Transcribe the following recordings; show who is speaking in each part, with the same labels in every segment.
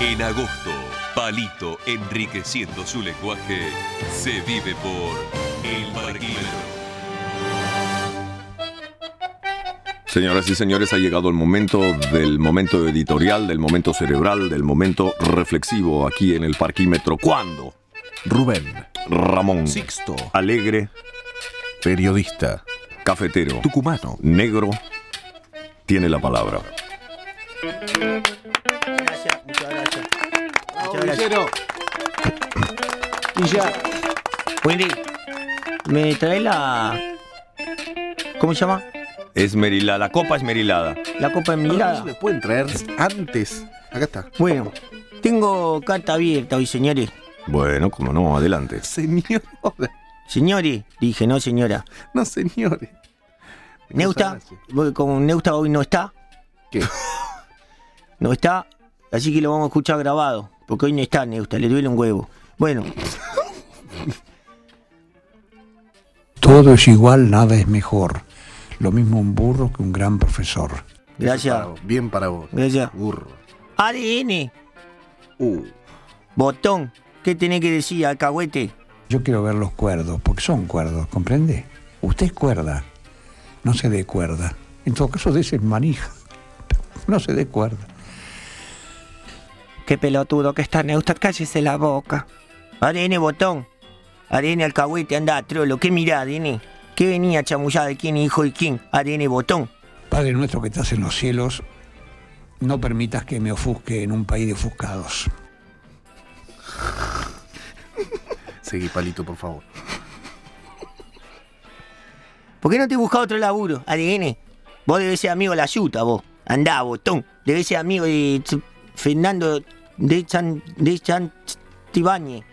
Speaker 1: En agosto, Palito enriqueciendo su lenguaje se vive por El Barquímetro.
Speaker 2: Señoras y señores, ha llegado el momento del momento editorial, del momento cerebral, del momento reflexivo aquí en el parquímetro. ¿Cuándo?
Speaker 3: Rubén,
Speaker 2: Ramón.
Speaker 3: Sixto,
Speaker 2: Alegre,
Speaker 3: periodista,
Speaker 2: cafetero,
Speaker 3: tucumano.
Speaker 2: negro, tiene la palabra.
Speaker 4: Gracias, muchas gracias. Muchas gracias.
Speaker 5: Villero. Villa.
Speaker 4: Wendy, ¿me trae la. ¿Cómo se llama?
Speaker 2: Esmerilada, la copa esmerilada.
Speaker 4: La copa de
Speaker 3: Mirá,
Speaker 4: mirada.
Speaker 3: me pueden traer antes. Acá está.
Speaker 4: Bueno, tengo carta abierta hoy, señores.
Speaker 2: Bueno, como no, adelante.
Speaker 3: Señor.
Speaker 4: Señores, dije, no señora.
Speaker 3: No, señores.
Speaker 4: Neusta, voy con Neusta hoy no está.
Speaker 3: ¿Qué?
Speaker 4: No está, así que lo vamos a escuchar grabado. Porque hoy no está Neusta, le duele un huevo. Bueno,
Speaker 6: Todo es igual, nada es mejor. Lo mismo un burro que un gran profesor.
Speaker 4: gracias.
Speaker 3: Para vos, Bien para vos.
Speaker 4: Gracias.
Speaker 3: Burro.
Speaker 4: ADN,
Speaker 3: Uh,
Speaker 4: botón. ¿Qué tenés que decir, alcahuete?
Speaker 6: Yo quiero ver los cuerdos, porque son cuerdos, ¿comprende? Usted es cuerda, no se dé cuerda. En todo caso, de manija, no se dé cuerda.
Speaker 4: Qué pelotudo que está Neusta, cállese la boca. ADN, botón. ADN, alcahuete, anda, trolo. ¿Qué mirá, ADN? ¿Qué venía chamullada de quién, hijo de quién? ADN, botón.
Speaker 6: Padre nuestro que estás en los cielos, no permitas que me ofusque en un país de ofuscados.
Speaker 3: seguí, palito, por favor.
Speaker 4: ¿Por qué no te buscas otro laburo, ADN? Vos debes ser amigo de la yuta, vos. Andá, botón. Debes ser amigo de Ch- Fernando de Chan, de Chan Tibañe.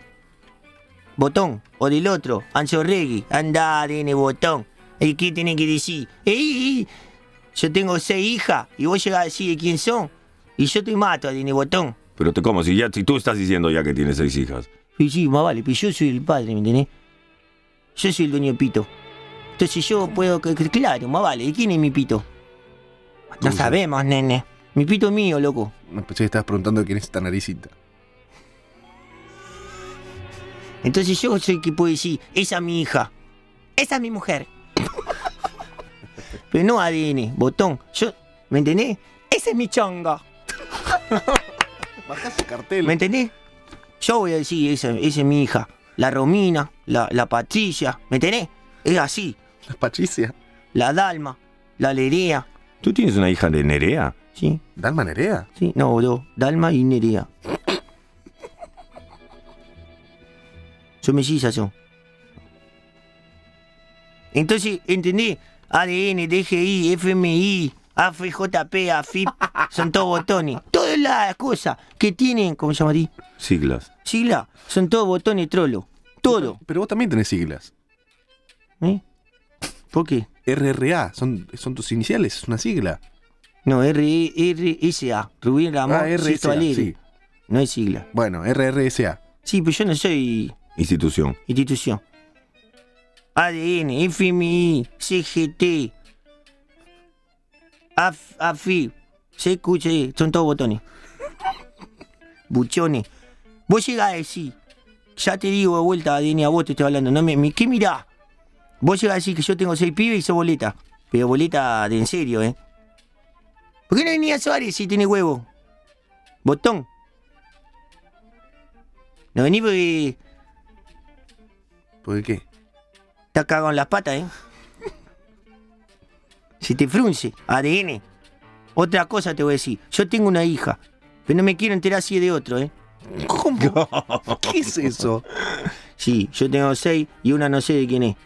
Speaker 4: Botón. O del otro, Anzo Regui. Andá, ADN, botón. ¿Y qué tenés que decir? ¡Ey! ey, Yo tengo seis hijas y vos llegás a decir de quién son. Y yo te mato, ADN, botón.
Speaker 2: Pero te como, si, ya, si tú estás diciendo ya que tienes seis hijas.
Speaker 4: Y sí, más vale, pero yo soy el padre, ¿me entendés? Yo soy el dueño de Pito. Entonces yo puedo. que- que- Claro, más vale, ¿y quién es mi Pito? No
Speaker 3: Tuyo.
Speaker 4: sabemos, nene. Mi Pito es mío, loco.
Speaker 3: Me pensé que estabas preguntando quién es esta naricita.
Speaker 4: Entonces yo soy el que puede decir, esa es mi hija. Esa es mi mujer. pero no ADN, botón. Yo, ¿me entendés? Ese es mi chonga.
Speaker 3: Bajá su cartel.
Speaker 4: ¿Me entendés? Yo voy a decir, esa, esa es mi hija. La Romina, la, la Patricia, ¿me entendés? Es así.
Speaker 3: La Patricia.
Speaker 4: La Dalma, la Lerea,
Speaker 2: ¿Tú tienes una hija de Nerea?
Speaker 4: ¿sí?
Speaker 3: Dalma Nerea.
Speaker 4: Sí, no, boludo. Dalma y Nerea. Son mellizas, son. Entonces, ¿entendés? ADN, DGI, FMI, AFJP, AFIP, son todos botones. Todas las cosas que tienen, ¿cómo se llama? ahí?
Speaker 2: Siglas.
Speaker 4: Sigla, son todos botones trolo. Todo.
Speaker 3: Pero vos también tenés siglas.
Speaker 4: ¿Eh? ¿Por qué?
Speaker 3: RRA. Son, son tus iniciales. Es una sigla.
Speaker 4: No, E RRSA, Rubén Ramón,
Speaker 3: Ah,
Speaker 4: Sisto
Speaker 3: RSA.
Speaker 4: Alegre.
Speaker 3: Sí.
Speaker 4: No es sigla.
Speaker 3: Bueno, RRSA.
Speaker 4: Sí, pero yo no soy
Speaker 2: Institución.
Speaker 4: institución. ADN, FMI, CGT, AF, AFIP, CQC, son todos botones. Buchones. Vos llegás a decir, ya te digo de vuelta, ADN, a vos te estoy hablando, no me, me- ¿qué mirá? Vos llegás a decir que yo tengo seis pibes y sos boleta. Pero boleta de en serio, ¿eh? ¿Por qué no venía Suárez si tiene huevo? Botón. No venís porque
Speaker 3: ¿Por qué?
Speaker 4: Está cagado en las patas, ¿eh? Se te frunce, ADN. Otra cosa te voy a decir. Yo tengo una hija, pero no me quiero enterar si es de otro, ¿eh?
Speaker 3: ¿Cómo? ¿Qué es eso?
Speaker 4: Sí, yo tengo seis y una no sé de quién es.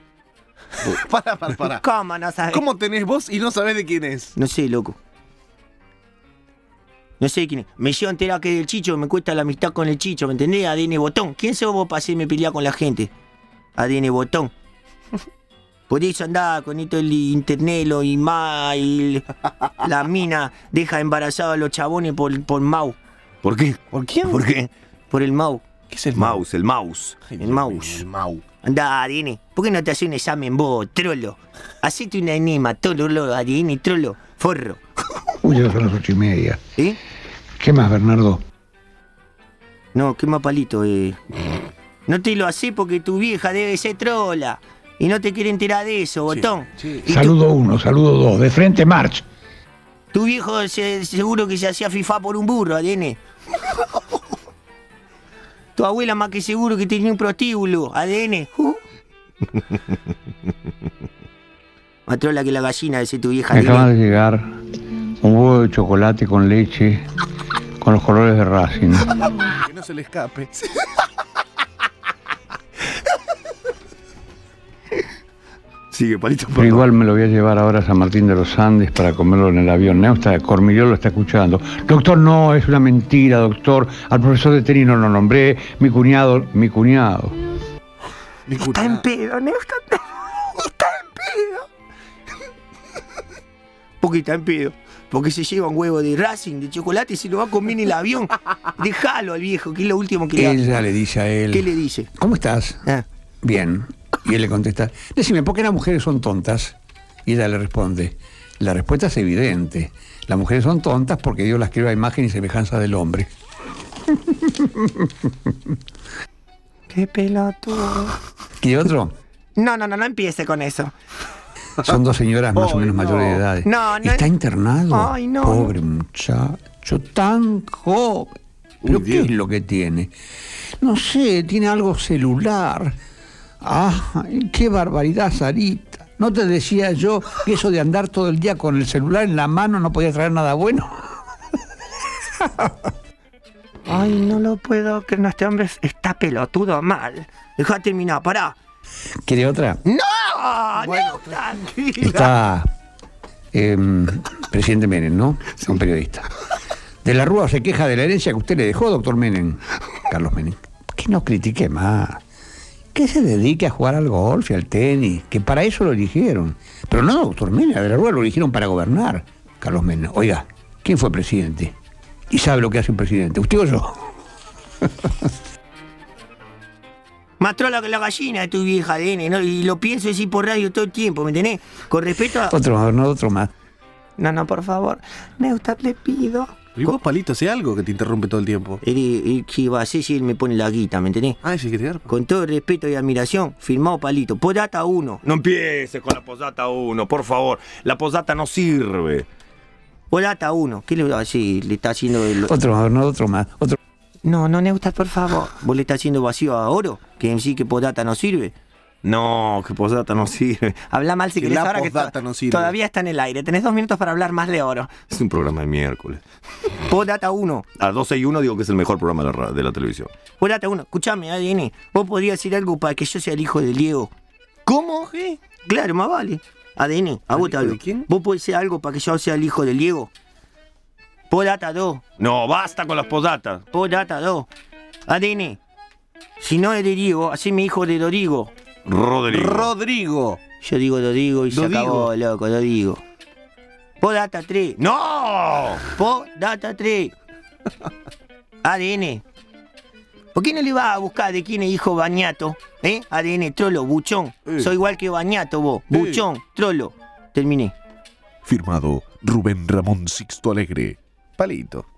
Speaker 3: Para, para, para.
Speaker 4: ¿Cómo no sabes?
Speaker 3: ¿Cómo tenés vos y no sabés de quién es?
Speaker 4: No sé, loco. No sé de quién es. Me llevo a enterar que es del chicho, me cuesta la amistad con el chicho, ¿me entendés? ADN botón. ¿Quién sos vos para hacerme pelear con la gente? ADN botón. Por eso andaba con esto el internet, lo y más, y el- la mina deja embarazados a los chabones por, por Mau,
Speaker 2: ¿Por qué?
Speaker 3: ¿Por quién?
Speaker 2: ¿Por qué?
Speaker 4: por el Mau.
Speaker 3: ¿Qué es el
Speaker 2: Mouse, el mouse.
Speaker 3: Ay,
Speaker 4: El
Speaker 3: Dios mío,
Speaker 4: mouse.
Speaker 3: El mouse.
Speaker 4: Andá, ADN, ¿por qué no te haces un examen vos, trolo? Hacete una enema, trolo, ADN, trolo, forro.
Speaker 6: Uy, ya son las ocho y media.
Speaker 4: ¿Eh?
Speaker 6: ¿Qué más, Bernardo?
Speaker 4: No, qué más palito, eh. No te lo haces porque tu vieja debe ser trola. Y no te quiere enterar de eso, botón.
Speaker 3: sí.
Speaker 4: Y
Speaker 6: Saludo uno, saludo dos. De frente, march.
Speaker 4: tu, tu viejo se- seguro que se hacía FIFA por un burro, ADN. tu abuela más que seguro que tenía un prostíbulo, ADN. Más trola que la gallina de ser tu vieja.
Speaker 5: Me
Speaker 4: ADN.
Speaker 5: acaba de llegar un huevo de chocolate con leche con los colores de Racing.
Speaker 3: Que no se le escape.
Speaker 2: Sigue, palito,
Speaker 5: Pero igual me lo voy a llevar ahora a San Martín de los Andes para comerlo en el avión. Neusta Cormillón lo está escuchando. Doctor, no, es una mentira, doctor. Al profesor de tenis no lo nombré. Mi cuñado, mi cuñado.
Speaker 3: Mi
Speaker 4: Está en
Speaker 3: cuñado.
Speaker 4: pedo, Neo, está en pedo. Está en pedo. Porque está en pedo. Porque se lleva un huevo de Racing, de chocolate y se lo va a comer en el avión. Déjalo al viejo, que es lo último que le hace.
Speaker 6: Ella le dice a él,
Speaker 4: ¿Qué le dice?
Speaker 6: ¿cómo estás?
Speaker 4: Ah,
Speaker 6: Bien. Y él le contesta, decime, ¿por qué las mujeres son tontas? Y ella le responde, la respuesta es evidente. Las mujeres son tontas porque Dios las creó a imagen y semejanza del hombre.
Speaker 4: Qué pelotudo.
Speaker 6: Y el otro,
Speaker 4: No, no, no, no empiece con eso.
Speaker 6: son dos señoras más o menos mayores de edad.
Speaker 4: No, no.
Speaker 6: Está internado.
Speaker 4: Ay, no.
Speaker 6: Pobre muchacho, tan joven. ¿Pero
Speaker 2: Uy,
Speaker 6: qué
Speaker 2: Dios.
Speaker 6: es lo que tiene? No sé, tiene algo celular. Ah, qué barbaridad, Sarita. ¿No te decía yo que eso de andar todo el día con el celular en la mano no podía traer nada bueno?
Speaker 4: Ay, no lo puedo que Este hombre está pelotudo mal. Deja terminar, pará.
Speaker 6: ¿Quiere otra?
Speaker 4: ¡No! no,
Speaker 6: Está em, presidente Menem, ¿no? Un periodista. De la Rúa se queja de la herencia que usted le dejó, doctor Menem. Carlos Menem. Que no critique más. Que se dedique a jugar al golf y al tenis, que para eso lo eligieron. Pero no, doctor Menem, a de la Rúa lo eligieron para gobernar. Carlos Menem. Oiga, ¿quién fue presidente? ¿Y sabe lo que hace un presidente? ¿Usted o yo?
Speaker 4: Más trola que la gallina de tu vieja ADN, ¿no? Y lo pienso decir por radio todo el tiempo, ¿me entendés? Con respeto a...
Speaker 6: Otro más, no otro más.
Speaker 4: No, no, por favor. Neustadt, le pido.
Speaker 3: Y vos, palito, sé algo que te interrumpe todo el tiempo.
Speaker 4: Y que va a hacer si él me pone la guita, ¿me entendés?
Speaker 3: Ay, sí, que te garpa.
Speaker 4: Con todo respeto y admiración, firmado Palito. Podata 1.
Speaker 7: No empieces con la posata 1, por favor. La posata no sirve.
Speaker 4: Podata 1. ¿Qué le va a decir? Le está haciendo... el-
Speaker 6: Otro más, no otro más. Otro.
Speaker 4: No, no, Neustadt, por favor. ¿Vos le estás haciendo vacío a Oro? Que en sí que Podata no sirve.
Speaker 7: No, que posata no sirve.
Speaker 4: Habla mal si
Speaker 3: Que
Speaker 4: querés
Speaker 3: la
Speaker 4: ahora que
Speaker 3: postdata
Speaker 4: to-
Speaker 3: no sirve.
Speaker 4: todavía está en el aire. Tenés dos minutos para hablar más de Oro.
Speaker 7: Es un programa de miércoles.
Speaker 4: Podata 1.
Speaker 7: A 12 y 1 digo que es el mejor programa de la, ra- de la televisión.
Speaker 4: Volate uno, escuchame, ADN. Vos podrías decir algo para que yo sea el hijo de Diego. ¿Cómo? Claro, más vale. ADN, a vos te
Speaker 3: hijo
Speaker 4: hablo.
Speaker 3: de quién?
Speaker 4: ¿Vos podés decir algo para que yo sea el hijo de Diego? Podata 2,
Speaker 7: No, basta con las posatas.
Speaker 4: podata 2. ADN, si no es de Diego, así mi hijo de Dorigo.
Speaker 7: Rodrigo.
Speaker 3: Rodrigo.
Speaker 4: Yo digo Dorigo y se
Speaker 3: Dodigo.
Speaker 4: acabó, loco, Dodigo. Podata 3,
Speaker 7: ¡No!
Speaker 4: podata 3. ADN. ¿Por qué no le vas a buscar de quién es hijo Bañato? ¿Eh? ADN, trolo, buchón.
Speaker 3: Eh.
Speaker 4: Soy igual que Bañato vos. Buchón, trolo. Terminé.
Speaker 8: Firmado Rubén Ramón Sixto Alegre.
Speaker 3: Palito.